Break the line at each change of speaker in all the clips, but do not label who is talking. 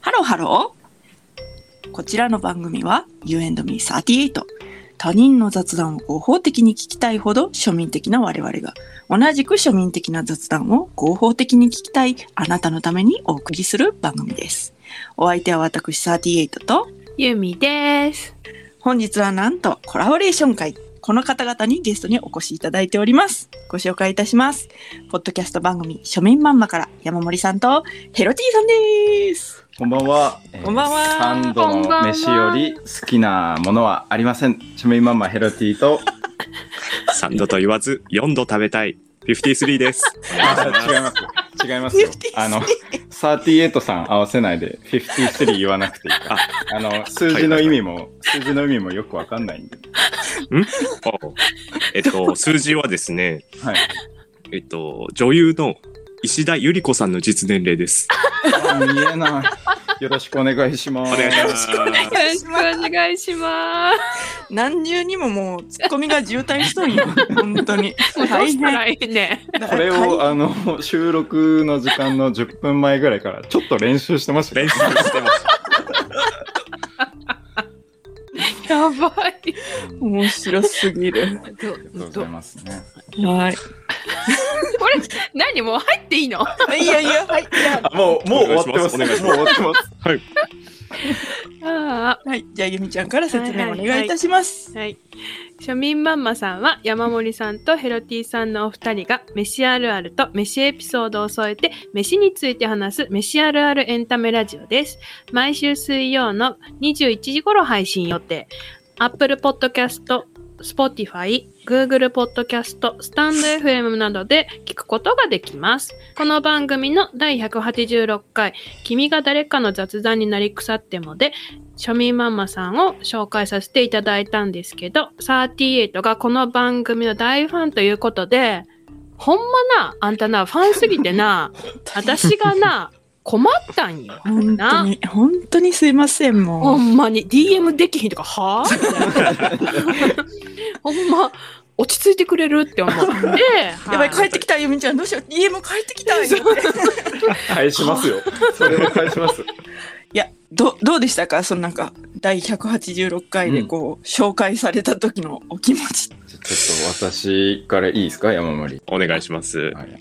ハローハロー。こちらの番組は You and me38。他人の雑談を合法的に聞きたいほど庶民的な我々が同じく庶民的な雑談を合法的に聞きたいあなたのためにお送りする番組です。お相手は私38と
ゆみです。
本日はなんとコラボレーション会この方々にゲストにお越しいただいておりますご紹介いたしますポッドキャスト番組庶民マンマから山森さんとヘロティさんです
こんばんは。えー
こんばんは
三度
こんばん
の
は
飯より好きなものはありません。ちめいママヘロティと。
3度と言わず4度食べたい53です。
違います。違いますよ。あの、サーティエイトさん合わせないで、フィフティスリー言わなくていいから。あの、数字の意味も、数字の意味もよくわかんないんで。
おえっと、数字はですね、
はい。
えっと、女優の石田ゆり子さんの実年齢です。
あ見えない。よろしくお願いしま
お
す。
願いし
し
ます。
よろしくお願いしま
何重にももうツッコミが渋滞しとんよ本当に
す。もうどう
大
した
変
らいいね。
これを、あの、収録の時間の10分前ぐらいから、ちょっと練習してましたよ。
練習してます。
やばい。
面白すぎる
ど
ありがとうございますね。
はい
これ何もう入っていいの？
いやいやはいじゃあ
あもう、もう終わってます。
お願いし
もう終わってます。
あ
はいじゃあゆみちゃんから説明お願いいたします、
あはい。庶民マンマさんは山森さんとヘロティさんのお二人が飯あるあると飯エピソードを添えて飯について話す飯あるあるエンタメラジオです。毎週水曜の21時頃配信予定。Apple Podcast、Spotify、Google Podcast、StandFM などで聞くことができます。この番組の第186回、君が誰かの雑談になり腐ってもで、庶民ママさんを紹介させていただいたんですけど、38がこの番組の大ファンということで、ほんまな、あんたな、ファンすぎて な、私がな、困ったんよ。
本当に本当にすいませんもう
ほんまに DM できひんとか、はぁみたいな ほんま、落ち着いてくれるって思って、
やばい帰
は
ってきたゆみちゃんどうしよう家も帰ってきたよ
返しますよ。 それを返します。
いや、ど、どうでしたかそのなんか、第186回でこう、紹介された時のお気持ち。
ちょっと私からいいですか山盛
お願いします。
はい、いや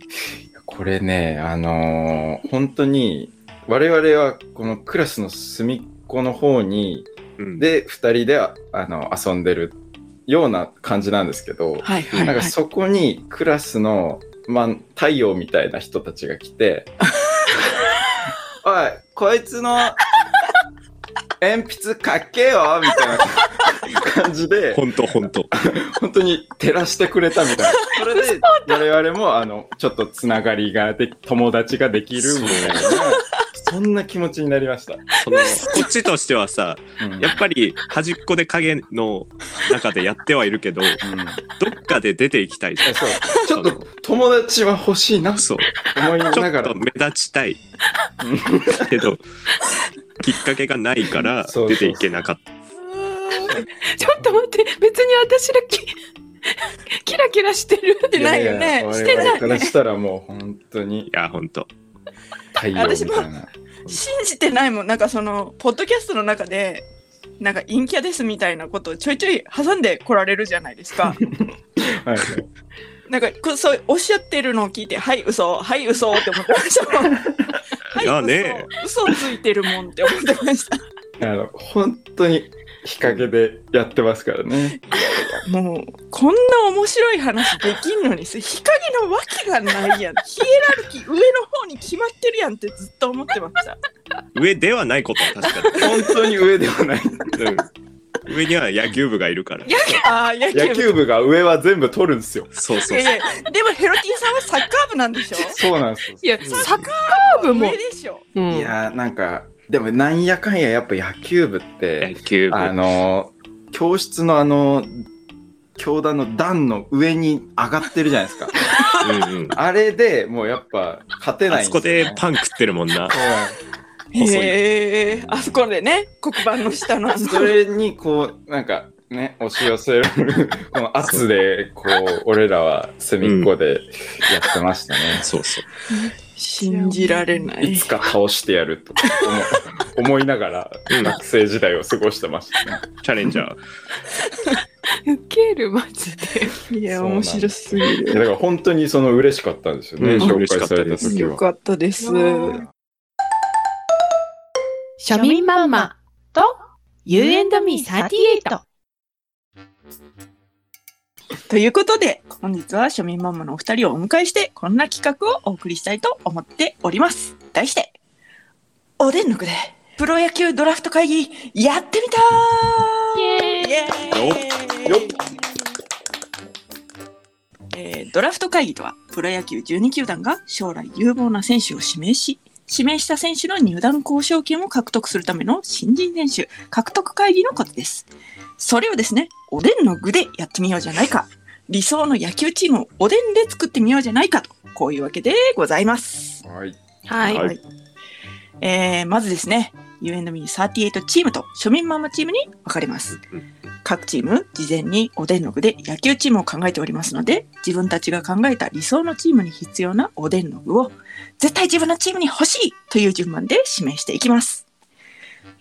これねあのー本当に我々はこのクラスの隅っこの方に
うん、
で2人であの遊んでるような感じなんですけど、
はいは
なんかそこにクラスの、まあ、太陽みたいな人たちが来 て「おいこいつの鉛筆かけよ」みたいな感じで。
本当本当。
本当に照らしてくれたみたいな。それで、我々も、あの、ちょっとつながりがで、友達ができるみたいな、そんな気持ちになりました。
そのこっちとしてはさ、
うん
やっぱり端っこで影の中でやってはいるけど、ど
うん
っかで出ていきたいじゃ。、
えそう。ちょっと友達は欲しいなん
そう。
思いな
ちょ
がら
っと。目立ちたい
うん
けど、きっかけがないから
そうそうそう
出ていけなかった。
いちょっと待って、別に私らき キラキラしてる。
てないよね
やや
してないね
我々からしたらもう本当に
いや、本当。
太陽みたいな。
信じてないもん。なんかその、ポッドキャストの中で、なんか陰キャですみたいなことをちょいちょい挟んで来られるじゃないですか。
はい。
なんかこうそうおっしゃってるのを聞いて、はい、嘘、はい、嘘って思ってましたもん。はい
やね
嘘、嘘ついてるもんって思ってました。
あの、本当に日陰でやってますからね。
もう、こんな面白い話できんのにさ、日陰のわけがないやん。ヒエラルキー上の方に決まってるやんってずっと思ってました。
上ではないことは確か
本当に上ではない。
に。うん、上には野球部がいるから。
ああ、 野球部。
野球部が上は全部取るんですよ。
そう
い
そう
やいやでもヘロティさんはサッカー部なんでしょ
そうなんですよ。
いや、
ん
サッカー部も
上。でしょ
うん
いやーなんかでもなんやかんややっぱ野球部っ
野
て
球部。
あのー教室のあの教団の段の上に上がってるじゃない ですか
うんうん、
あれでもうやっぱ勝てな
あ
いんで
そこ
すよ、ね、
でパン食ってるもんな。細い
へえあそこでね黒板の下のあ
う ん
そこ
それにこうなんかね押し寄せるこの圧でこう俺らは隅っこでやってましたね、
そうそう。
信じられない
いつか倒してやると思思いながら
うん
学生時代を過ごしてましたね。
チャレンジャー。
ウケるマジで。
いや
そうなん
面
です
白すぎ
いやだ
る
から本当にその嬉しかったんですよね、
うん
紹介された時
よ
は。
かったです
庶民マンマと U&Me38。
ということで本日は庶民ママのお二人をお迎えしてこんな企画をお送りしたいと思っております題しておでんの具でプロ野球ドラフト会議やってみたーイエーイ
よっ
えードラフト会議とはプロ野球12球団が将来有望な選手を指名し指名した選手の入団交渉権を獲得するための新人選手獲得会議のことですそれをですねおでんの具でやってみようじゃないか理想の野球チームをおでんで作ってみようじゃないかとこういうわけでございます
はい、
はい。
はい
えーまずですね U&Me38 チームと庶民ママチームに分かれます
うんう
各チーム事前におでんの具で野球チームを考えておりますので自分たちが考えた理想のチームに必要なおでんの具を絶対自分のチームに欲しいという順番で指名していきます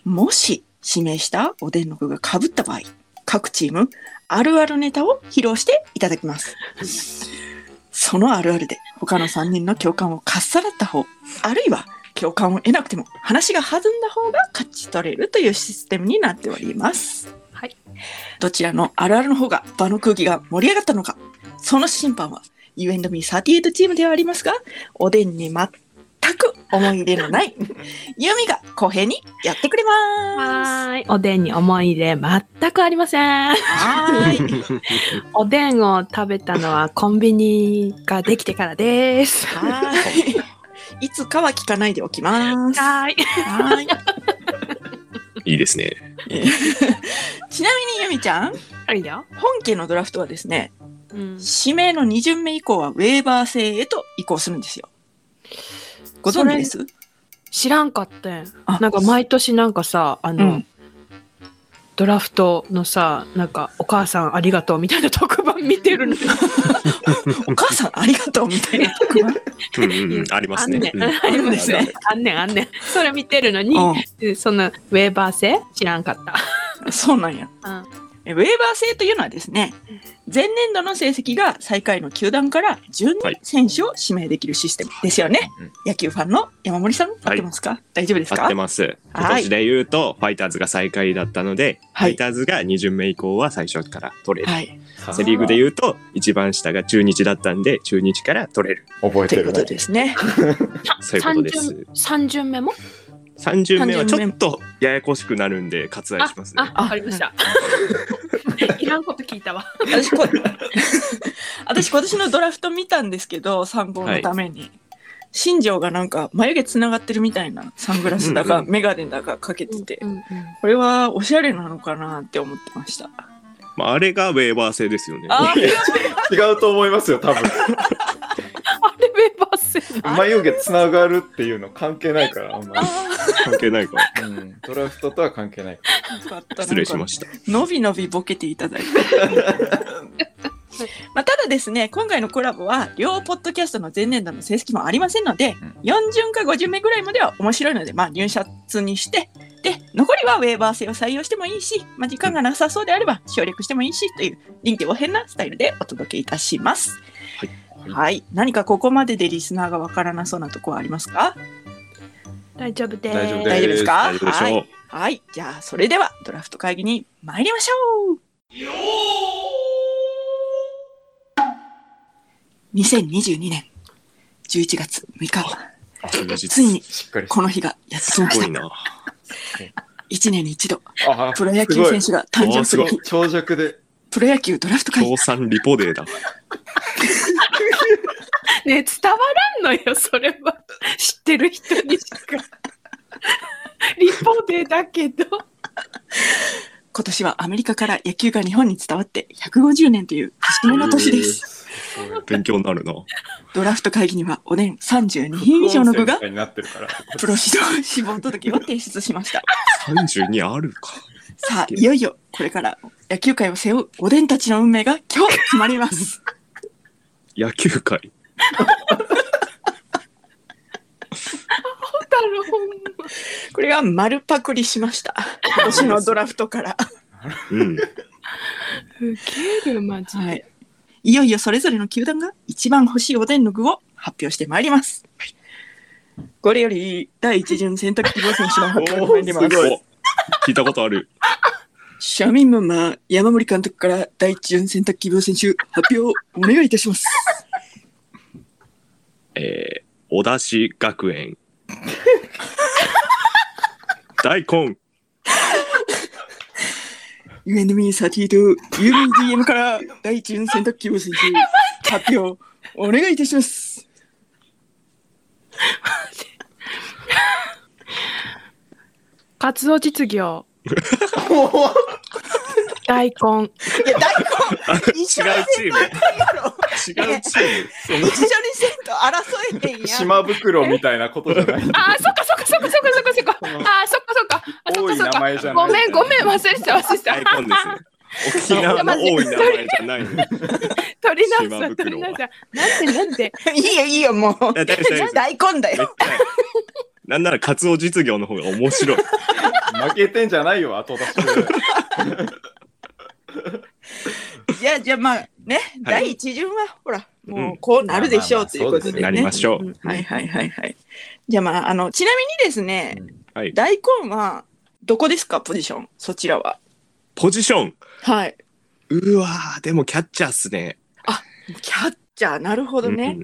もし指名したおでんの具がかぶった場合各チームあるあるネタを披露していただきますそのあるあるで他の3人の共感をかっさらった方あるいは共感を得なくても話が弾んだ方が勝ち取れるというシステムになっております。
はい、
どちらのあるあるの方が場の空気が盛り上がったのかその審判は U&Me38 チームではありますがおでんに全く思い入れのない ユミが公平にやってくれます。
はい。おでんに思い入れ全くありません。
はーい
おでんを食べたのはコンビニができてからです。
はーい。いつかは聞かないでおきます。は
はい。
ーい。
いいですね。
ちなみにユミちゃん
はいだよ。
本家のドラフトはですね
うん。
指名の2巡目以降はウェーバー制へと移行するんですよ。ご存知です
知らんかったん。
あ
なんか毎年なんかさ、あの、
うん
ドラフトのさ、なんかお母さんありがとうみたいな特番見てるのよ。
お母さんありがとうみたいな特番。
うんうんうん、ありま
あ
す
んね
ね。
ん。あるんですね。あんねん、あんねん。それ見てるのに、でそのウェーバー制知らんかった。
うんそうなんや。
うん
えウェーバー制というのはですね、前年度の成績が最下位の球団から12
はい
選手を指名できるシステムですよね。
うん
野球ファンの山森さん、合ってますか、大丈夫です
合っ
か
てます。
はい
今年で言うと、ファイターズが最下位だったので、
はい
ファイターズが2巡目以降は最初から取れる。
はい。
セ・リーグで
う
言うと、一番下が中日だったんで、中日から取れる。
覚え
と
て
いう
る
こ
ね
とですね。
そういうことです
三巡三巡目も
3巡目は
三巡
ち
目
ょっとややこしくなるんで、割愛しますね。
あ、わかりました。 いらんこと聞いたわ。
私こ 私今年のドラフト見たんですけど参考のために、新庄がなんか眉毛つながってるみたいなサングラスだか
うんう
メガネだかかけてて、
うんうん
これはおしゃれなのかなって思ってました
まあ、あれがウェーバー制ですよね。
あー
違うと思いますよ多分
あれウェーバー制
眉毛つながるっていうの関係ないからあんまり、
関係ないから。
うん、ドラフトとは関係ないか
よかった
失礼しま
し
した。
たのびのびボケていただいてまあ、ただですね今回のコラボは両ポッドキャストの前年度の成績もありませんので、
うん
4巡か5巡目ぐらいまでは面白いので、まあ、入札にしてで残りはウェーバー制を採用してもいいし、まあ、時間がなさそうであれば省略してもいいしという臨機応変なスタイルでお届けいたします。
はい
はい、何かここまででリスナーがわからなそうなとこはありますか
大丈夫で
大丈夫
大丈夫ですか
大丈夫でし
は
ょ
いはい、じゃあそれではドラフト会議に参りましょう。2022年11月6日、
う。充実
ついに
しっかり
この日がやってき
す
まし
ご
た
い。な。
1年に一度、
あ
プロ野球選手が誕生する
す
日
ご、
長尺で
プロ野球ドラフト会議
協。賛リポデーだ。
ね伝わらんのよそれは知ってる人にしかリポでだけど
今年はアメリカから野球が日本に伝わって150年という節目の年です。
えーすごい
勉強になるな。
ドラフト会議にはお年32人以上の部が
副音声みたいになってるから
プロ指導志望届を提出しました。
32あるか。
さあ、いよいよこれから野球界を背負うおでんたちの運命が今日決まります。
野球界。
これは丸パクリしました。今年のドラフトから。
うん。
ウケるマジで、
はい。いよいよそれぞれの球団が一番欲しいおでんの具を発表してまいります。これより第一巡選択希望選手の発表に参ります。
お聞いたことある。
庶民ママ山森監督から第一巡選択希望選手発表をお願いいたします。
えー、小田市 学園。大根。
UNME32 UBDM から第一巡選択希望選手発表お願いいたします。
活動実業 大
いや、
根
大根一
違
緒に
うチーム。違うチーム。
一緒にせんと争えてんや。
島袋みたいなことじゃない。
あーそっかそっかそっかそっかそっかそっかあーそっかそっかあそっ
多
か
い
そっ
名
か
前じゃない。
ごめんごめん忘れてた忘れてた
大根ですね。沖縄の多い名前じゃない。
取り直し
島
た取
袋
り
は
直したなんでなんで
いいよいいよもう
や大丈夫です
大根だよ。
なんならカツオ実業の方が面白い。
負けてんじゃないよ、後出しで。
じゃあじゃあまあね、第一巡はほらもうこうなるでしょうということでね。
なりましょう。
うんはいはいはいはい。じゃあまああのちなみにですね、
うんはい
大根はどこですかポジションそちらは。
ポジション。
はい。
うわーでもキャッチャーっすね。
キャッチャーなるほどね。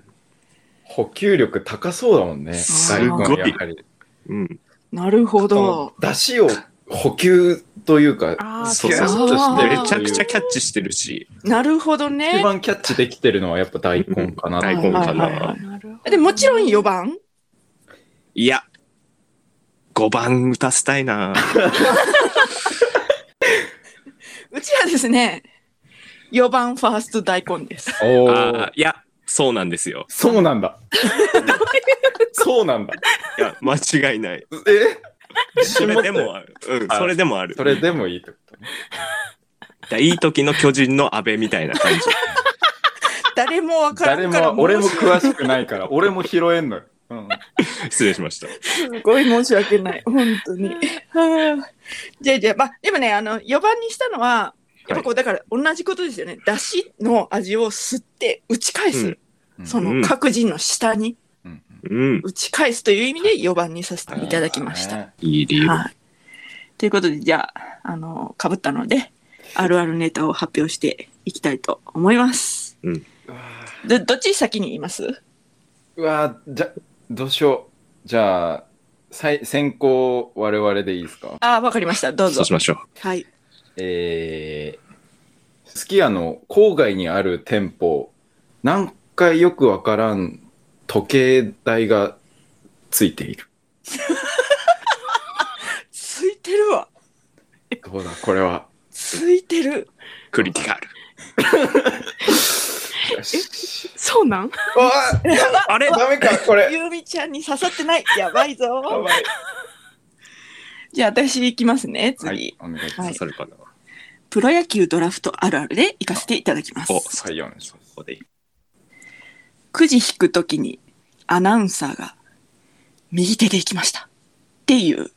補給力高そうだもんね。
す
ご
い
大根やはり。
うん。うん。
なるほど。
出汁を補給というか、
あー
そう
キャ
そう
ッチしてる
め
という
ちゃくちゃキャッチしてるし。
なるほど
一
ね。
番キャッチできてるのはやっぱ大根かな。
大根か
はいはいは
な。
なるほど
でもちろん4番。
いや。5番打たせたいな。
うちはですね、4番ファースト大根です。
お
あ
お
ー。いや、そうなんですよ。
そうな んだ。そうなんだ。
いや、間違い ない。
え自
そ
信持
れ
っ
で
て
もある。うん、それでもある。
それでもいいってことね。
だいい時の巨人の阿部みたいな感じ。
誰もわから
誰
んから
も、俺も
申し訳
詳しくないから、俺も拾えんのよ。うん。
失礼しました。
すごい申し訳ない。本当 に。はあじゃあじゃあ、まあ、でもね、あの、4番にしたのは、やっぱこう、だから同じことですよね。だしの味を吸って打ち返す。
うん
そ
うん
の各人の下に
うん
うん。
打ち返すという意味で4番にさせていただきました。。
いい理由。
はい。ということで、じゃあ、あの、かぶったので、あるあるネタを発表していきたいと思います。
うわ
ど、どっち先に言います
ーうわーじゃ、どうしよう。じゃあ、最先行我々でいいですか
ああ、わかりました。どう
そ
ぞ
うし。ましょう。
はい。
えー、すき家の郊外にある店舗、何回よくわからん時計台がついている。
ついてるわ。
どうだ、これは。
ついてる。
クリティカル。
よし。
そうなん
あ
あれ
ダメか、これ。
ゆうみちゃんに刺さってない。やばい
や
ぞ。
ばい。
じゃあ、私行きますね。次。
はい、お願いしま
は
刺
い
す。
さるかな。
プロ野球ドラフトあるあるで行かせていただきます。
お
はい、お願いします。
ここでいい。
くじ引くときにアナウンサーが右手で行きました。っていう。
うん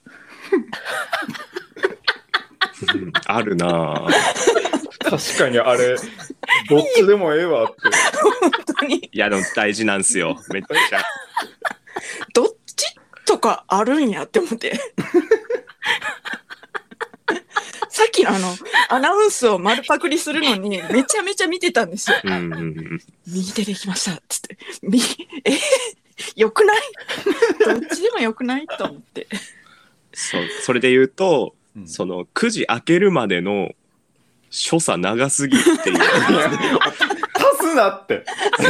あるなぁ。
確かにあれ、どっちでもええわって。
本当 に、
いや、でも大事なんすよ。めっちゃ。
どっちとかあるんやって思って。 さっきのあの、アナウンスを丸パクリするのにめちゃめちゃ見てたんですよ。
うんうんうん。
右手で行きました。つって。み、えよくないどっちでもよくないと思って。
そう、それで言うと、
うん
その9時開けるまでの所作長すぎって いう。
いや 足すなって。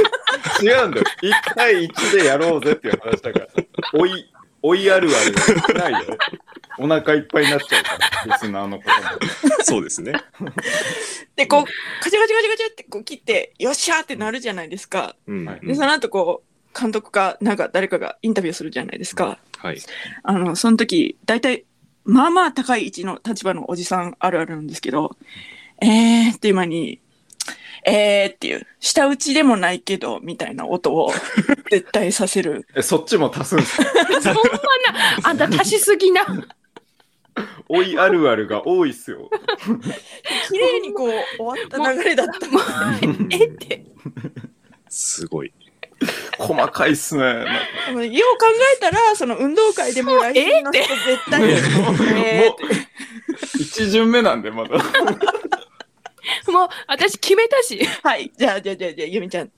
違うんだよ。1対1でやろうぜっていう話だから。追い、追いあるあるはないよ。お腹いっぱいになっちゃうから、リスナーのことも。
そうですね。
で、こう、カチャカチャカチャカチャってこう切って、よっしゃーってなるじゃないですか。
うん。
はい
で、その後こう、監督か、なんか誰かがインタビューするじゃないですか。
はい。
あの、その時、大体、まあまあ高い位置の立場のおじさんあるあるなんですけど、えーっていう間に、えーっていう、舌打ちでもないけど、みたいな音 を絶対させる。
え、そっちも足すんですか
そんな、あんた足しすぎ な。
おいあるあるが多いっすよ。
綺麗にこう、終わった流れだった。もう、えって。
すごい。
細かいっすね。なんか
よう考えたら、その運動会でも来年の人絶対、えー
も
って
う、一巡目なんで、まだ。
もう、私決めたし。
はい。じゃあ、じゃあ、じゃあ、じゃあ、ゆみちゃん、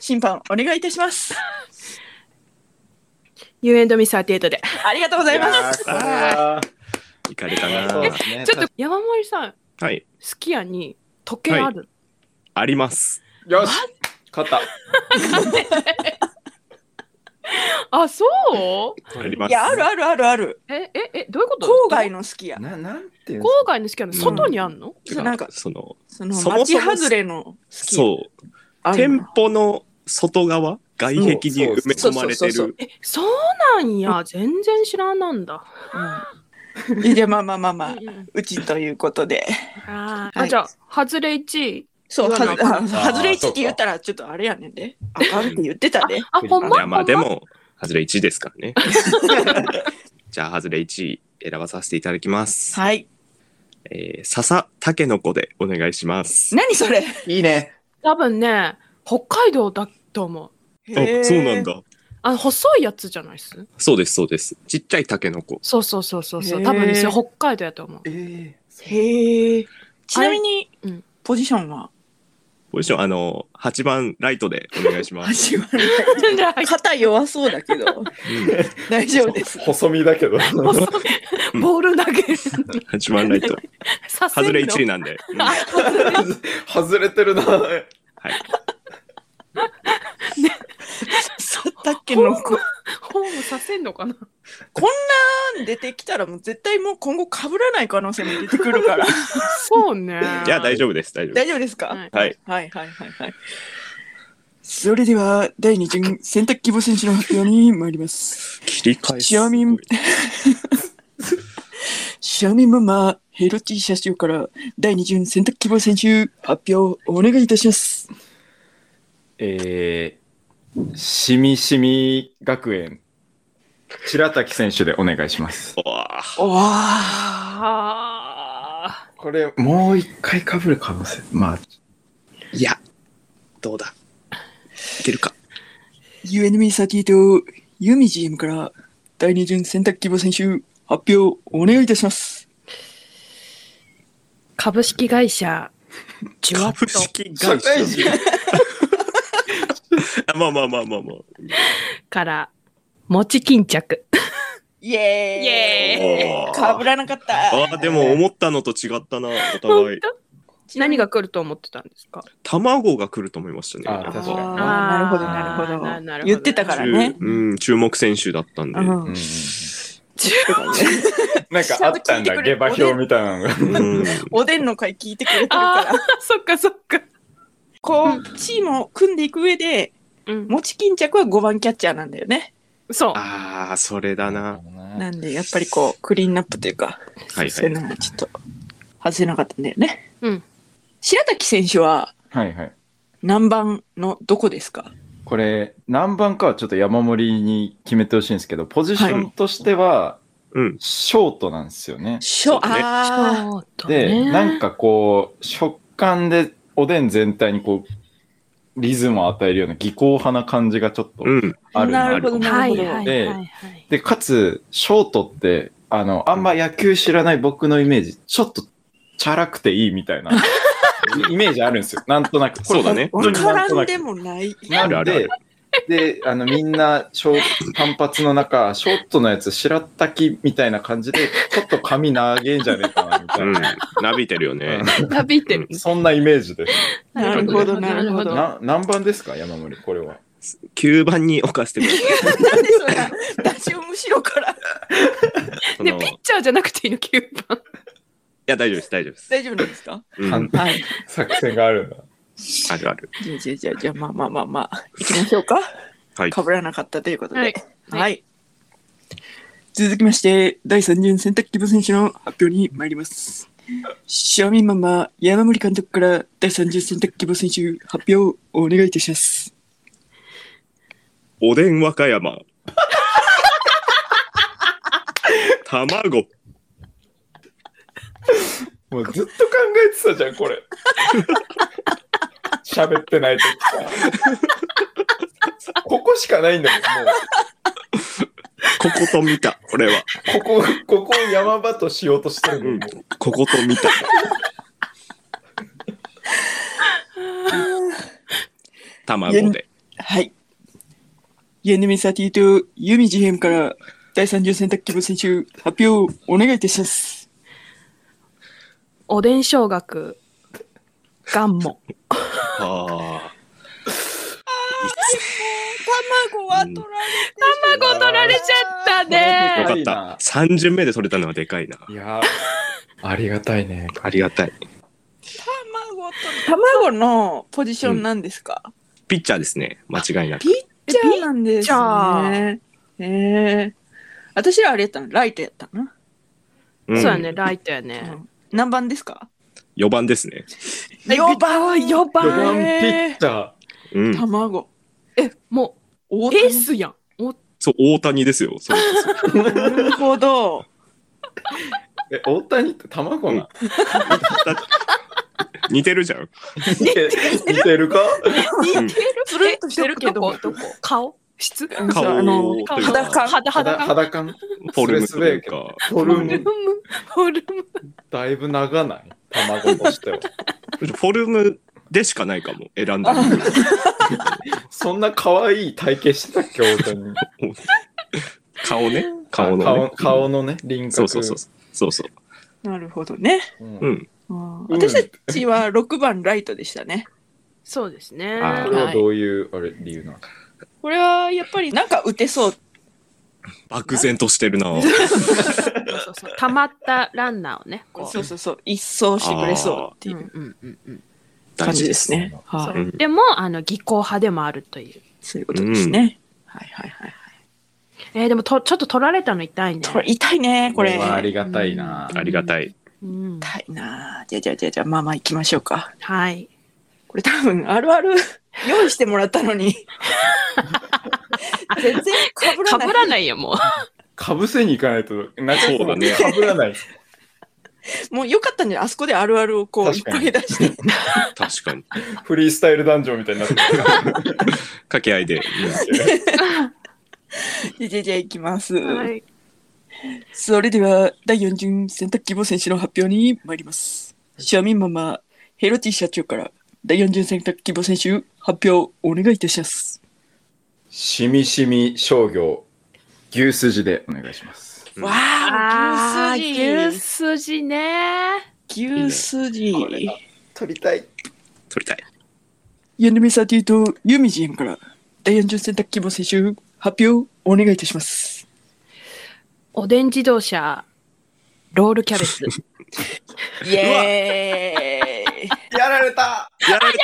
審判お願いいたします。
You and me 38で。
ありがとうございます。
いやーこ
いかれた
れは
な
そう
ぁ
で。すね
ちょっと山森さん、
はい。
すき家に時計ある、
あります。
よし勝った。
あ、そう
あります。
いや、あるあるあるある。
え、え、え、どういうこと
郊外の好きや。
な、なんていうん
郊
です
外のすき家の外にあんの、
てか
なんか
その、
その、
そも
街
そも
外れの好き。
そう。
ある
店
の。
舗の外側、外壁に埋め込まれ
そうそう
て
そう
る。
え、そうなんや。全然知らなんだ。
うんいや、まあまあまあまあ
う、んうん
うちということで。
あー
は
あ、
い
じゃあ、外れ1位。
そう、は
言わなあかん
ずあ
あ ー
外れ1って言ったら、ちょっとあれやねんで。あかんって言ってたで。
あ、ほん
い
ま
や、ま
ほ
あ
ん
でも、外れ1ですから ね。じゃあ、外れ1位選ばさせていただきます。
はい。
えー、笹たけのこでお願いします。
何それ
かいいね。
多分ね、北海道だと思う。
あ、そうなん。だ。
あの、細いやつじゃないっす
そうです、そうです。ちっちゃいたけのこ。
そうそうそうそうそ
へ
う。
ー
多分ですよ、北海道やと思う。
えー
へえ。ちなみに
あれうん、
ポジションは
ポジション、あの、8番ライトでお願いします。
始まる。 肩弱 そうだけど、大丈夫です。
細身だけど。
ボール投げる。
うん、8番ライ ト。
させん
外
の
れ1位なんで。うん
あ外れ
外れてるな。
はい。
そうだっけの子。
ホームさせんのかな
出てきたらもう絶対もう今後被らない可能性も出てくる から。
そうね。
いや、大丈夫です、大丈夫で
大丈夫ですか
はい
はい。
はいはいはいはい。それでは、第2巡選択希望選手の発表に参ります。
す。切り替え
ちなみにシャミママヘロティ社長から第2巡選択希望選手発表お願いいたします。
えー、しみしみ学園、白滝選手でお願いします。
おわ
あ
これ、もう一回かぶる可能性。まあ、
いや、どうだ。いけるか。
!UNB サティとユミ GM から第2巡選択希望選手発表お願いいたします。
ー株式会社、ジュワッ
株
ト
式
社
会
会
社。
人。
まあまあまあまあまあ。
から、餅巾着。
イエ
イエ
ーイ
かぶらなかった。
ああ、でも思ったのと違ったな、お互い。
何が来ると思ってたんですか
卵が来ると思いました
あ
ね。
確かに
あー
あー
なるほどなるほど
ななるほど
言ってたからね。
注うん、注目選手だったんで。
うん
うんなん
か
か
あ
あ
っ
ったた
ん
ん
だ下
だ、下
馬
馬
評
評みたいなのが。
うん、
おでんの会聞いてくれてるから、
そっかそっか。
こう、チームを組んでいく上で、
うん、
持ち巾着は5番キャッチャーなんだよね。
そう。
ああ、それだな。
なんで、やっぱりこう、クリーンナップというか、
はい
そう
はいい。
うのがちょっと外せなかったんだよね。
うん。
白滝選手は
はいはい。
何番のどこですか
これ、何番かはちょっと山盛りに決めてほしいんですけど、ポジションとしては、
うん。
ショートなんですよね。
ショ
そうだね
あ
そうだね
で、なんかこう、食感でおでん全体にこう、リズムを与えるような技巧派な感じがちょっと
うん。
ある
な
な
るほど
はいはい
で
はいはい。
で、かつ、ショートって、あの、あんま野球知らない僕のイメージ、ちょっと、チャラくていいみ たいな、イメージあるんですよ。なんとなく。
そうだね
あ。
こ
わ
れ本当に
か
なんと
ら
なんく
でもない。
な
あ
ん
るあ
で
る、
で、あの、みんな、ショー単発の中、ショートのやつ、白滝みたいな感じで、ちょっと髪長げんじゃねえかな、みた
う
い
ん
な。。
なびいてるよね。
旅ってる。
そんなイメージです。
なるほどなるほど
な、何番ですか、山森、これは。
9番に置かせてく ださい
なんでそんな、出しをむしろから。
そ
で、
の。
ピ
い
ッチャーじゃなくていいの、9番。
や、大丈夫です、大丈夫です。
大丈夫なんですか
うん、
反
はい。
作戦があるんだ。
あるある。
じゃあじゃあじゃあじゃあまあまあまあまあ、いきましょうか。
はい。
被らなかったということで。
は
はいい。
はい
続きまして、第3巡選択希望選手の発表に参ります。庶民ママ、山森監督から第30選択希望選手発表をお願いいたします。
おでん和 歌山。卵。
もうずっと考えてたじゃん、これ。喋ってないとさ。ここしかないんだ
ここと見た。俺は。
もん、もう。ここ、ここを山場としようとしてる
うん
の。もう。
ここと見た。 卵で。
はい。ユミサティとユミ GM から第30選択希望選手発表をお願いいたします。
おでん小学、ガンモ。
ああ。
卵
は取られ
卵取られちゃった
よ
ね。
かった。三巡目で取れたのはでかいな。
いやー、ありがたいね。
ありがたい。
卵卵のポジションなんですか、
ピッチャーですね。間違いなく
ピ。ッチャーなんですね。ええ私らあれやったのライトやったな。
うん
そうやね、。ライトやね。
何番ですか
四番ですね。
4番は4
4番ピ
番
ッ。チャ
うん。
卵。
え、も
大
う、
谷
エースやん。お
そう、大谷ですよ。そうですよ
なるほど。
ー。え、大谷って卵な。
似てるじゃん。
似て似てるか
うん
つるっとし
してて
る
る
け
け
ど
どこ、どこ顔質
うん
顔
そうあの
というか
肌感
肌肌
肌
感
肌感
フォルムというか。
フォル
フォル
ム、
ム、フォルム。
だいぶ長ない卵としては。
フォルムでしかないかも。選んだの。
そんな可愛い体型してたっけ、大谷。
顔ね。顔のね
顔。顔のね、輪郭。
そうそうそう。そうそう。
なるほどね。
うん
うん。
うん
うん
私たちは6番ライトでしたね。
そうですね。
あ
こ
ー
れはどういう、あれ理由なの
これはやっぱりなんか打てそう。
漠然としてるな。
そうそうそう。溜まったランナーをね、こう。
そうそうそう。一掃してくれそうって
う
い
んう
うん
うんうん。
感じですね。
そ
は
う
い。
うん
でも、あの、技巧派でもあるという。
そういうことですね。はいはいはいはい。
えー、でもと、ちょっと取られたの痛いね。
これ痛いね、これ。
うわありがたいな。
ありがたい。
うん、
痛いな。じゃあじゃあじゃあじゃあまあまあ行きましょうか。
はい。
これ多分あるあ る用意してもらったの に全然かぶら
か
ない
ぶらないよ、もう。
かぶせに行かないと、なんか
そうだね
かぶらない。
もうよかったんじゃないあそこであるあるをこういっ
確か
ぱ
に
い出して
確かに。
フリースタイルダンジョンみたいになって
掛け合いで。
る。
じゃあじゃあじゃあいきます、
はい。
それでは第4巡選択希望選手の発表に参ります庶民ママヘロティ社長から第4巡選択希望選手発表をお願いいたします
しみしみ商業、牛すじでお願いします。
うん
わ
あ
あ
あ、牛
牛
すじね。
筋牛筋
これが
取りたい。
撮りたい。
ヤンデミサティとユミジンから第4巡選択希望選手発表をお願いいたします
おでん自動車、ロールキャベツ。
イエーイ
やられた
やられた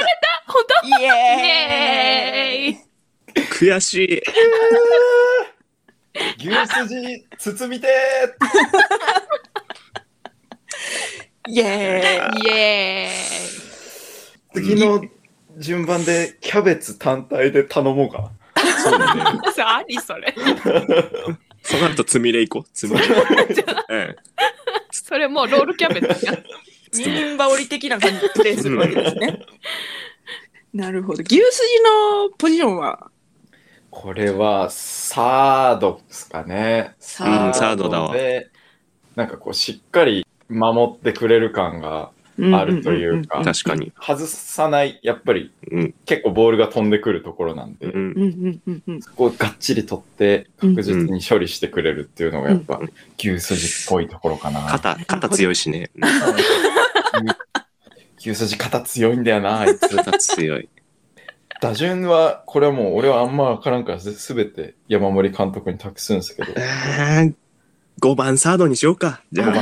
本
イ
当イエー
エーイ
イ
悔しい。
牛すじ包みて
イエーイ
イエ
ー次の順番でキャベツ単体で頼もうか
そうだね。
ーイ。それありそれ。
その後、つみれいこう。つみれ。うん。
それもうロールキャベツや。
二輪羽織的な感じでプレイするわけですね。なるほど。牛すじのポジションは
な。これはサードですかね。
サ
ードうんサードだわ
で、なんかこうしっかり守ってくれる感があると いうか
確かに。
外さない、やっぱり
うん。
結構ボールが飛んでくるところなんで、
うん
う。んうんうんうん。
こうがっちり取って
うん
確実に処理してくれるっていうのがやっぱ
うん
牛すじっぽいところかな。
肩、肩強いしね。
牛すじ肩強いんだよな、あいつ。
肩強い。
打順は、これはもう俺はあんまわからんから、すすべて山森監督に託すんですけど。
5番サードにしようか。じ
あ
ゃあ、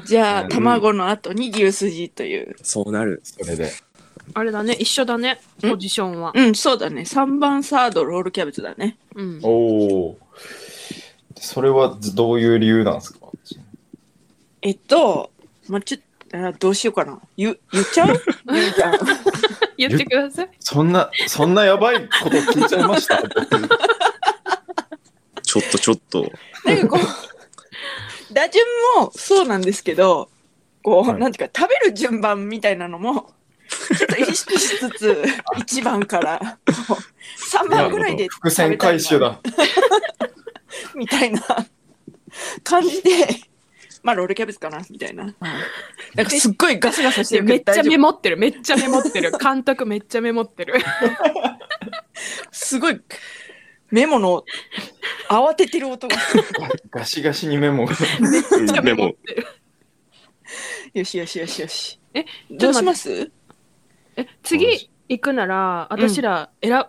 ーじゃあ、卵の後に牛すじという。
そうなる。
それで。
あれだね、一緒だね、ポジションは。
うん、そうだね。3番サードロールキャベツだね。
うん。
おお。それはどういう理由なんですか
えっと、まあ、ちょっと、あどうしようかな。言言っち ゃうゆうちゃん
言ってください。
そんな、そんなやばいこと聞いちゃいました。僕
ちょっとちょっと。
なんかこう、打順もそうなんですけど、こう、
はい
なんていうか、食べる順番みたいなのも、ちょっと意識しつ つ、1番から3番ぐらいで
伏線回収だ。
みたいな感じで、まあ、ロールキャベツかなみたいな。なんかすっごいガサガサしてる
めっ
けど
ちゃ
大丈
メ
夫
モってる。めっちゃメモってる。監督めっちゃメモってる。
すごいメモの慌ててる音が。
ガシガシにメモが。
メモ。
よしよしよしよし。
え、
どうします
え、次行くなら、私ら選,、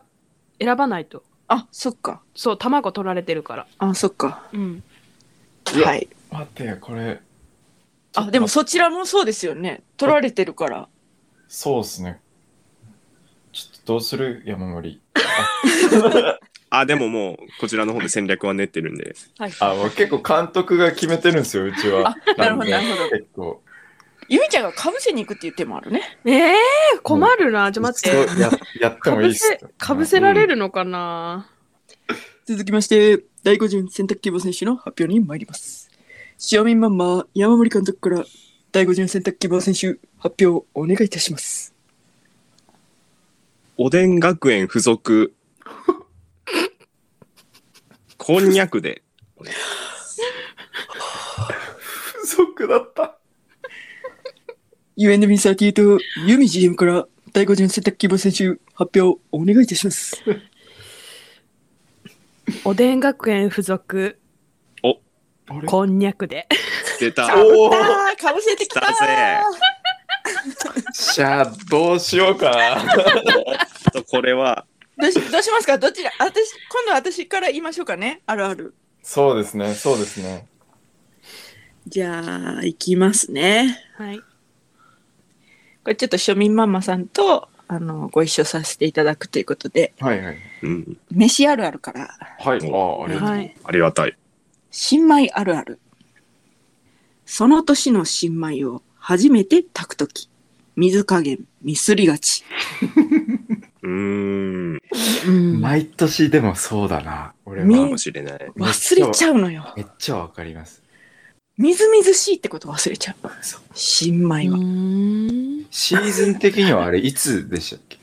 選ばないと。
あ、そっか。
そう、卵取られてるから。
あ、そっか。
うん。
いや
はい。
待ってよ、これ。
あ、でもそちらもそうですよね。取られてるから。
そうっすね。ちょっとどうする山盛り。
あ、でももう、こちらの方で戦略は練ってるんで。
はい。
あ、もう結構監督が決めてるんですよ、うちは。
なるほど、なん
で
るほど。
結構。
ゆみちゃんがかぶせに行くっていう手もあるね。
ええー、困るな。ちょ、待って。
そうややって
か
もいい
ぶ
っす
せ。、かぶせられるのかな、
続きまして、第5巡選択希望選手の発表に参ります。塩見マンマ、山森監督から、第5巡選択希望選手、発表をお願いいたします。
おでん学園附属。こんにゃくで。
不足だった。
U&B38 とユミ GM から、第5巡選択希望選手、発表をお願いいたします。
おでん学園附属、
あれ
こんにゃくで。
出た。
おお
あー、かぶせてきた
来たぜ
じゃあ、どうしようかな。
とこれは、
どうしどうしますかどちら私、今度は私から言いましょうかね。あるある。
そうですね、そうですね。
じゃあ、行きますね。
はい。
これちょっと庶民ママさんと、あの、ご一緒させていただくということで、
はいはい。
うん、
飯あるあるから、
はい。ああ、ありがとう。
はい。
ありがたい。
新米あるある。その年の新米を初めて炊くとき、水加減ミスりがち。
うーん、
うん
毎年でもそうだな。俺
み
か
は
も。しれない。
忘れちゃうのよ。
めっちゃわかります。
みずみずしいってこと忘れちゃう。新米は。9
ん。
シーズン的にはあれ、いつでしたっけ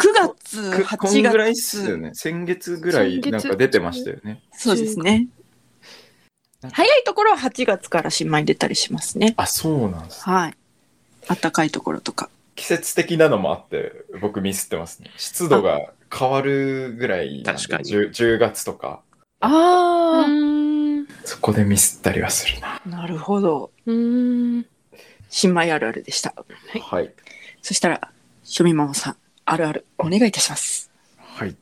月、
くこん
8
ぐらいっすよ
月。
ね。先月ぐらいなんか出てましたよね。
そうですね。早いところは8月から新米出たりしますね。
あ、そうなんです。
はい。あったかいところとか。
季節的なのもあって、僕ミスってますね。湿度が変わるぐらいなんで。
確かに
10, 10月とか。
あ
うん。
そこでミスったりはするな。
あ、なるほど。
うん。
新米あるあるでした。
はい。
そしたら、庶民ママさん、あるある、お願いいたします。
はい。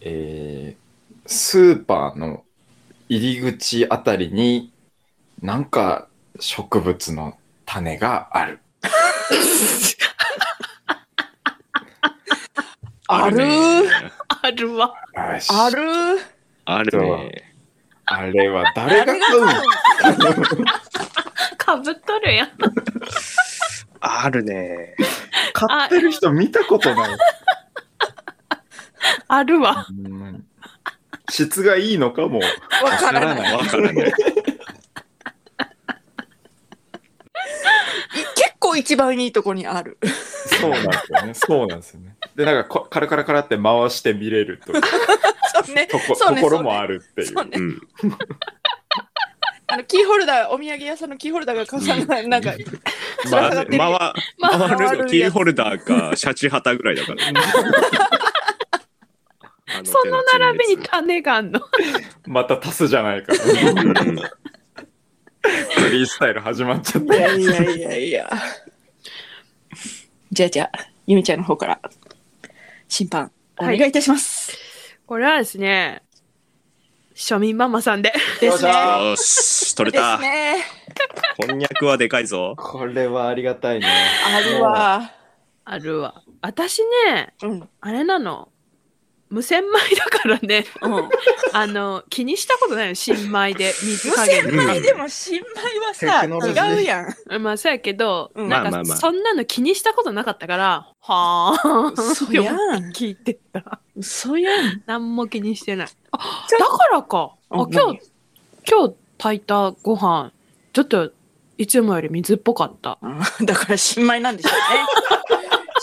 えー、スーパーの入り口あたりに、なんか植物の種がある。
ある
ね
あるわ。
あし
ある
あるね。
あれは誰が買うの
かぶっとるやん。
あるね。
買ってる人見たことない。
あるわ。
ほんまに質がいいのかも。
わからない。
わからない。
結構一番いいとこにある。
そうなんですよね。そうなんですよね。で、なんかこ、カラカラカラって回して見れると
そうね
とこ
そうね
ところもあるっていう。
そうね
うん。
あの、キーホルダー、お土産屋さんのキーホルダーが重なる、なんか、
ま
つらさが
あ
ってる回
回
るやつ
回るのキーホルダーかシャチハタぐらいだから。あ
その並びに種があんの。
また足すじゃない か。
手の陳列うん
フリースタイル始まっちゃっ
い
た。
やいやいやいや。じゃあじゃあ、ゆみちゃんの方から、審判、お願いいたします。
これはですね、庶民ママさんで。
です
よっしゃ
ね。
よし、取
で
れた
す。ね。
こんにゃくはでかいぞ。
これはありがたいね。
あるわ。
あるわ。私ね、
うん。
あれなの。無洗米だからね、
うん。
あの、気にしたことないよ、新米で、水
無
加
洗
減とか
米でも新米
テクノロジ
はさ、
ー
違うやん。
うんまあ、そうやけど、
うん
なん
まあまあま
か、
あ
そんなの気にしたことなかったから、は あ、
嘘やん。
聞いてた。
嘘やん。
何も気にしてない。あ
ちょ
だからか。あ、
う
今
ん
日、今日炊いたご飯、ちょっと、いつもより水っぽかった。
うんだから新米なんでしょうね。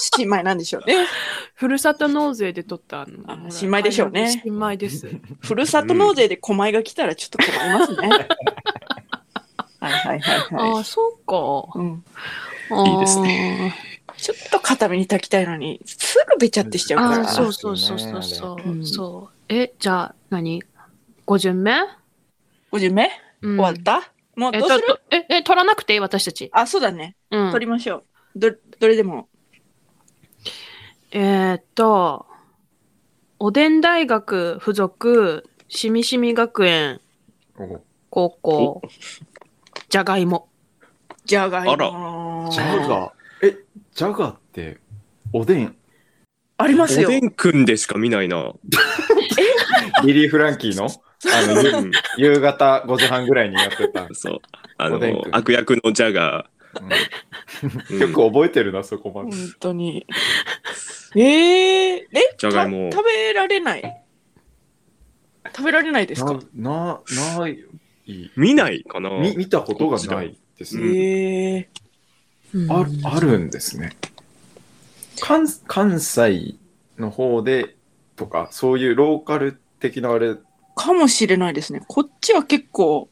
新米なんでしょうね。
ふるさと納税で取ったあの
あ新米でしょうね
新米です。
ふるさと納税で小米が来たらちょっと困りますね。はいはいはい
あ
は
あ、そうか。
い。うん、
いいです
ね。
ちょっと固めに炊きたいのに、すぐべちゃってしちゃうか
あ
ら。
あ、そうそうそうそうそ
あれ
う。そう。え、じゃあ、何 ?5 巡目
5巡目
終
終わった、もう
え、
どう
ちょっ
する
と、え、え、取らなくていい私たち。
あ、そうだね。
うん
取りましょう。ど、どれでも。
えーっと、おでん大学附属しみしみ学園
お
高校じゃがいも。
じゃがいも。
あら
ジャガー。え、ジャガーって、おでん。
あります
お
よ。
でんくんでしか見ないな。
リリー・フランキーのあの
う
ゆ
ん、
夕方5時半ぐらいにやってた。
そう。あ
おでん
の
く、ん
悪役のジャガ
う
ー。
んよく覚えてるな、そこま
本
で。
当に。えー、え、
じゃがいも
た食べられない食べられないですか
な、な、ない。
見ないかな。
み見たことがないです
う
え
ん
ね。
ー、
あるあるんですね。関関西の方でとか、そういうローカル的なあれ、
かもしれないですね。こっちは結構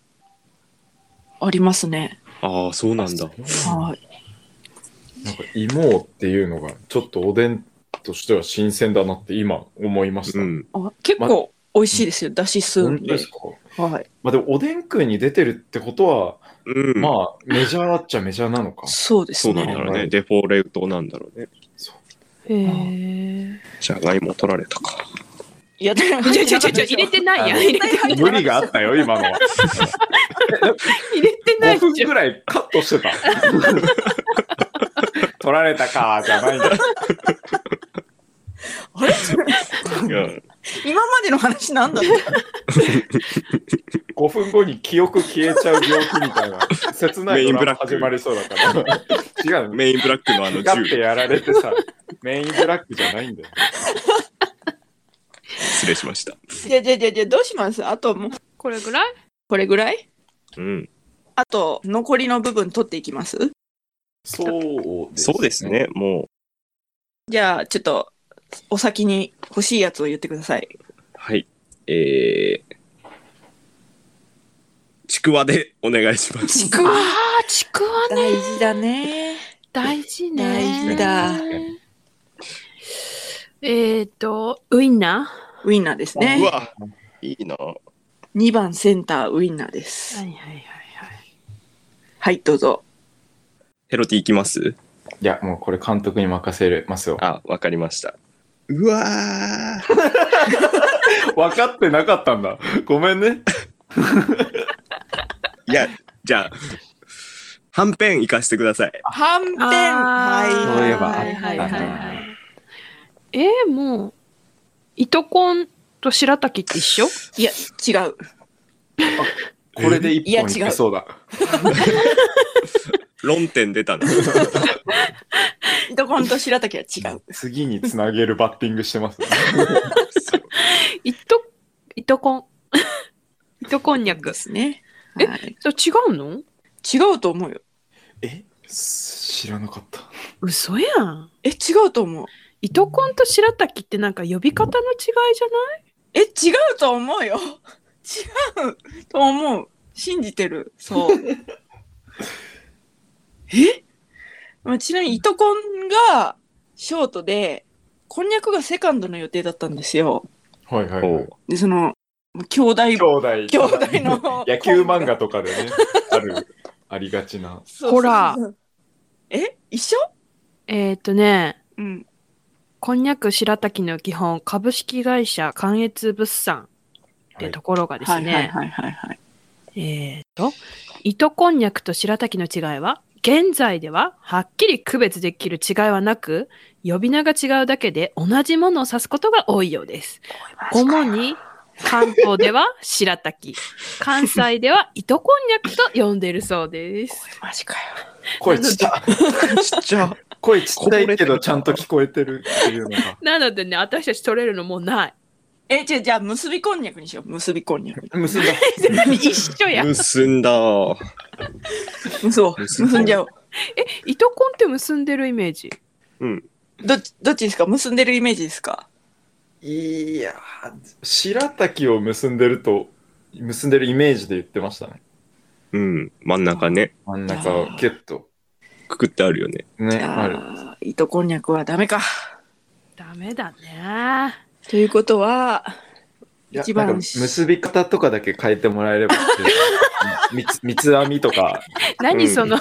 ありますね。
ああ、そうなんだ。
はい。
なんか芋っていうのが、ちょっとおでんとしては新鮮だなって今思いました。
うん。
あ結構美味しいですよ。だし吸う
本
ん
当
で
で。すか、
はい。
まあ、でもおでんくんに出てるってことは、
うん。あ、
まあメジャーっちゃメジャーなのか。
そうです
そうなん
ね。
だろう
は
ね。
い
デフォレートなんだろうね。
へえ。
じゃがいも取られた か。
いや、でも
ちょちょちょちょ、入れてないやん。
あ
入れてない。
無理があったよ、今の は。
入れてない
5分
じゃん。
ぐらいカットして た。取られたかじゃないんだ。
あれ
いやうん
今までの話なんだろ
5分後に記憶消えちゃう病気みたいな、切ない
メイン
ド
ブ
ラマ
ラック
始まりそうだ から。違う、
メインブラックのあの
ガッて
銃。
やられてさ、メインブラックじゃないんだよ。
失礼しました。
う。じゃあじゃあじゃあじゃあどうしますあともう
これぐらい
これぐらい
うん。
あと残りの部分取っていきます
そう
そうです。ね。もう、
じゃあちょっとお先に欲しいやつを言ってください。
はい。えー。ちくわでお願いします。
ちくわ
ああ、ちくわね。
大事だね。
大事ね。
大事だ
えっと、ウインナ
ウインナーです
う
ね。
わ、いいな。
2番センターウインナーで
ー
す。
いはいはいはい。
はい、どうぞ。
ヘロティいきます
いや、もうこれ監督に任せるますよ。
あ、わかりました。うわー。
分かってなかったんだ。ごめんね。
いや、じゃあ、はんぺん行かせてください。
はんぺん
あー
そういえば
はいはいはいはい
あっ
えー、もう、糸こんと白滝って一緒
いや、 違う。
これで一
いや
本い
違う
けそうだ。
論点出たな。
糸こんと白滝は違う。
次につなげるバッティングしてます、ね。
糸、糸こん。 糸こんにゃく
で。すね。
え
はい
そう違うの
違うと思うよ。
え知らなかった。
嘘やん。
え、違うと思う。
糸こんと白滝ってなんか呼び方の違いじゃない
え、違うと思うよ。違うと思う。信じてる。 そう。え、まあ、ちなみに、糸こんがショートで、こんにゃくがセカンドの予定だったんですよ。
はいはい、
お
は
う
い。
で、その、兄弟、
兄弟。
兄弟 の。
野球漫画とかで ね、ある、ありがちな。
そうそうそう
ほら。
え一緒
えー、っとね、
うん。
こんにゃく白滝の基本、株式会社関越物産ってところがですね、
はいはいはいはいはい。
えー、と、糸こんにゃくと白滝の違いは、現在でははっきり区別できる違いはなく、呼び名が違うだけで同じものを指すことが多いようです。主に関東では白滝、関西では糸こんにゃくと呼んでいるそうです。
マジかよ。
声 ちっちゃ。
ちっちゃ。
声ちっちゃいけどちゃんと聞こえてるっていうのが。
なのでね、私たち取れるのもう ない。
え、じゃあ、じゃあ、結びこんにゃくにしよう。結びこんにゃく。
結んだ。
一緒や。
結んだ。
そう。
結び
結ん じゃおう。
糸こんって結んでるイメージ。
うん。
どっち、どっちですか結んでるイメージですか
いやー、白滝を結んでると、結んでるイメージで言ってましたね。
うん。真ん中ね。
真ん中をキュッと。
くくってあるよね。
ね、ある。
ああ、糸こんにゃくはダメか。
ダメだね。
ということは、
いや
一番
なんか結び方とかだけ変えてもらえればっていう。みつ三つ編みとか、
何その、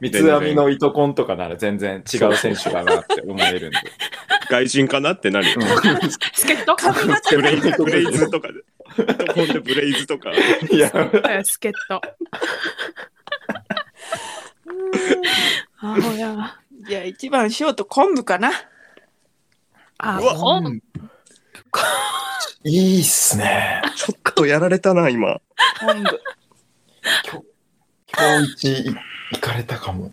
三つ編みの糸コンとかなら全然違う選手だなって思えるんで。
外人かなってなる よ。
助っ人
髪型
ブレイズ、ブレイズとかで。ほんでブレイズとか。
いや、
助っ人。あほや。
じゃあ、一番ショート昆布かな。
あ、
うわ
ほん
いいっすね。
ちょっとやられたな、今。
昆布。
今日一行かれたかも。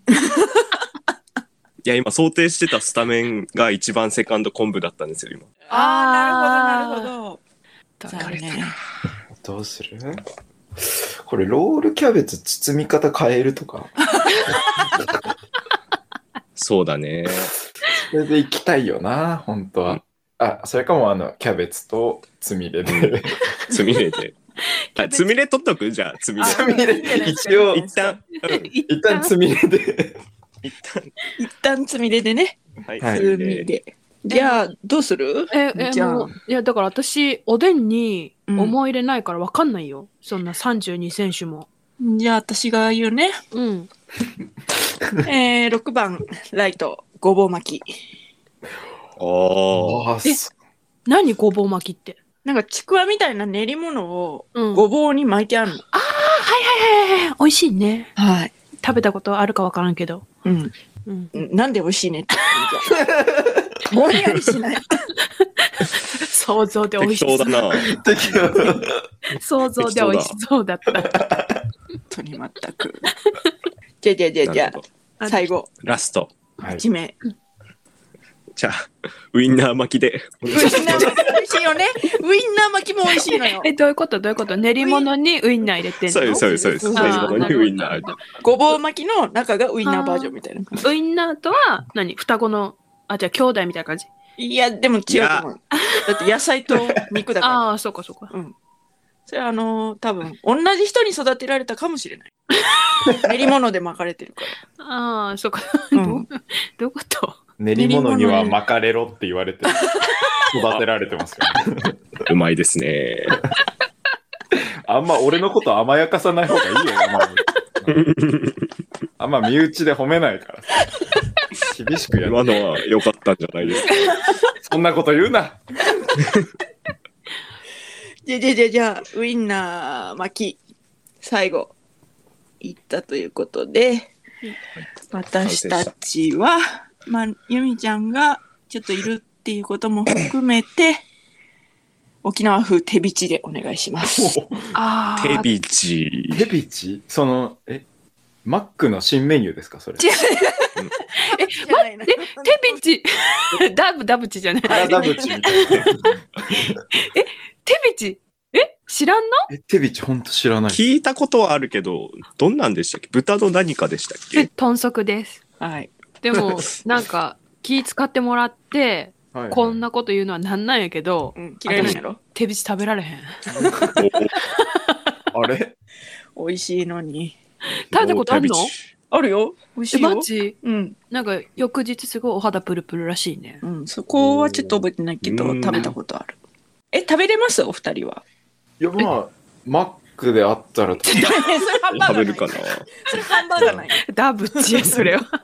いや、今想定してたスタメンが一番セカンド昆布だったんですよ、今。
ああ、なるほど、なるほど。
だ
残
から
念。
どうするこれ、ロールキャベツ包み方変えるとか、
そうだね。
それで行きたいよな、本当は。あ、それかも、あの、キャベツとつみれで。
つみれで。あつみれ取っとくじゃあ、つみ れ。
つみれ、一応、
一旦、うん
一旦つみれで。
一旦。
一旦つみれでね。
はい。
はい
つ
つみ
み
れ
れで。じゃあ、どうする
え、え、
じゃあ
もう、いや、だから私、おでんに
うん
思い入れないからわかんないよ。そんな32選手も。
じゃあ、私が言うね。
うん。
えー、6番、ライト、ごぼう巻き。
おー。
ああ、そ
何ごぼう巻きって。
なんか、ちくわみたいな練り物を、
うん。
ごぼうに巻いてあるの。
えー、美味しいね。
はい。
食べたことあるかわからんけど。
うん。
うん。
なんで美味しいねって言ってみたぼんやりしない。
想像で美味
適
しそ
当だ
う。
な。
う。適当
想像で美味しそうだった。
本当に全く。じゃあじゃあじゃあじ
な
ゃ
るほど
あ、最後、
ラスト。
はい
一名。
じゃあ、ウインナー巻きで。
ウインナー巻き美味しいよね。ウインナー巻きも美味しいのよ。
え、どういうことどういうこと練り物にウインナー入れてんの
そうです、そうです、そうです。
あー
最後の
な
に
るほど
ウインナー。
ごぼう巻きの中がウインナーバージョンみたいな感じ。
ウインナーとは、何双子の、あ、じゃあ兄弟みたいな感じ。
いや、でも違うと思う。だって野菜と肉だから。
ああ、そうかそうか。
うん。それはあのー多分、同じ人に育てられたかもしれない。練り物で巻かれてるから。
ああ、そうか。
う
どう
ん
どういうこと
練り物には巻かれろって言われて、育てられてます から、ね。
うまいですね。
あんま俺のこと甘やかさない方がいいよ、 お前あんま身内で褒めないからさ。厳しくやる。
今のは良かったんじゃないですか。
そんなこと言うな。
じゃあじゃあじゃあじゃあウインナー巻き、最後、行ったということで、私たちは、まあ、ゆみちゃんがちょっといるっていうことも含めて、沖縄風手びちでお願いします。
あ
手
あ、
ビチ。
ヘビチその、え、マックの新メニューですか、それ。
違う。え、待って、
手びち。 ダブダブチじゃない。
サラダブチみたいな。
手びち。え知らんの
え、テビチほんと知らない。
聞いたことはあるけど、どんなんでしたっけ豚の何かでしたっ け
豚足です。
はい。
でも、なんか、気使ってもらって、
はい
こんなこと言うのはなんなんやけど
う、ん、嫌いなんやろ
手びち食べられへん。
あれ
美味しいのに。
食べたことあるの
お手びち
あるよ。美味し
え、
いよ
マ。ジ
うん、
なんか、翌日すごいお肌プルプルらしいね。
うん、そこはちょっと覚えてないけど、
うん
食べたことある。え、食べれますお二人は。
いや、まあ、マックであったらと。
それ ハンバ
食
ーガーな
べ
い
るかな
それハンバーガーない。
ダブチ、それは。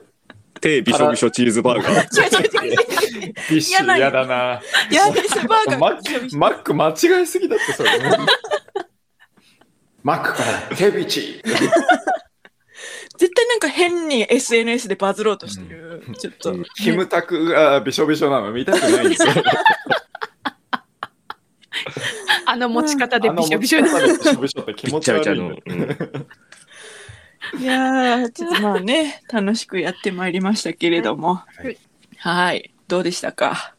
手びしょびしょチーズバーガー。
違う違う違う。
ビッシュ嫌だな。
ヤーデスバーガー。
マック、マック間違えすぎだって、それ。マックからテビチ。
絶対なんか変
に SNS でバズろうとしてる。ちょっと、
キムタクがびしょびしょなの見たくないんです よ。
あの持ち方で
あの
びしょび
持ち
しょ
方で
に
びしょびしょって気
びっ
持
ち
ち
ゃびちゃ
悪い
の
ん。
うん
いやー、ちょっとまあね、楽しくやってまいりましたけれども。
はい
はい。どうでしたか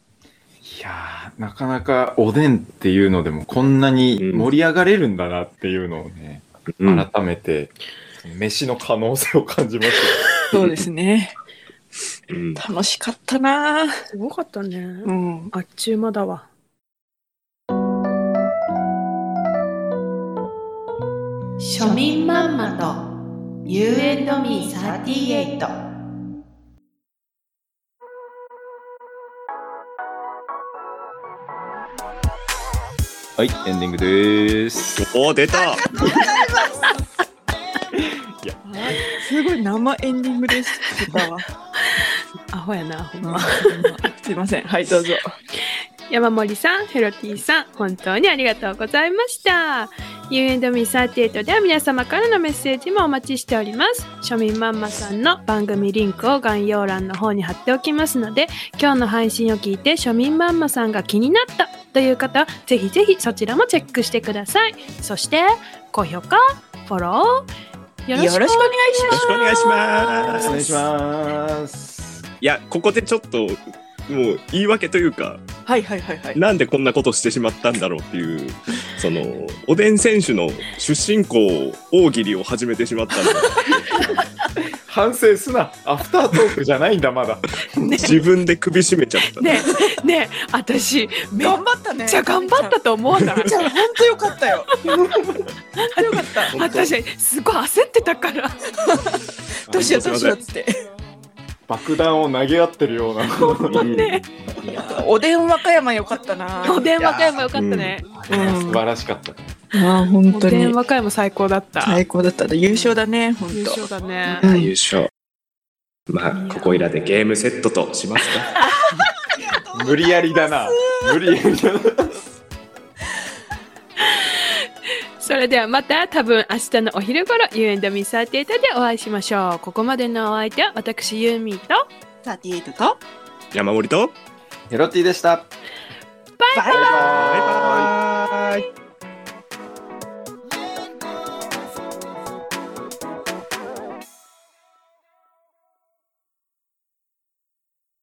いやーなかなかおでんっていうのでもこんなに盛り上がれるんだなっていうのをね、
うん
改めて飯の可能性を感じまし
そうですね。
うん
楽しかったなー
すごかったね。
うん。
あっちゅう間だわ。
庶民マンマと You and me38
た。はいエンディングです。
おー出た
すごい生エンディングです。だわ。
アホやな、ほんま。
すいません。はい、どうぞ。
山森さん、ヘロティさん、本当にありがとうございました。U&Me38 では皆様からのメッセージもお待ちしております。庶民マンマさんの番組リンクを概要欄の方に貼っておきますので、今日の配信を聞いて庶民マンマさんが気になったという方は、ぜひぜひそちらもチェックしてください。そして、高評価、フォロー、よろしく
よろしくお願いし
よろしくお願いします。
お願いします。
いや、ここでちょっと、もう言い訳というか、
はいはいはいはい。
なんでこんなことしてしまったんだろうっていう、その、おでん選手の出身校、大喜利を始めてしま ったので、
反省すな。アフタートークじゃないんだ、 まだ。
自分で首絞めちゃった。
ねえ、ねえ、私、めっ
頑張ったね。
ちゃ頑張ったと思わない
めっちゃ本当よかったよ。本当よかった。
本当
私すごい焦ってたから
どうしよう
す
ど
い
う
ま
し
せん
ようっつって。
爆弾を投げ合ってるような。
うん
おでん和歌山よかったな。
おでん和歌山よかったね、
素晴らしかった。
ああ本
おでん和歌山最高だった、
最高だったね優勝だね本
優
当。
勝だね、
うん
優勝。まあ、ここいらでゲームセットとしますか。
無理やりだな。無理やりだな。
それではまた多分明日のお昼頃 U&Me38 でお会いしましょうここまでのお相手は私ユーミーと
サティエイトと
山盛りと、
ヘロティでした。
バイバイ
バイバイ。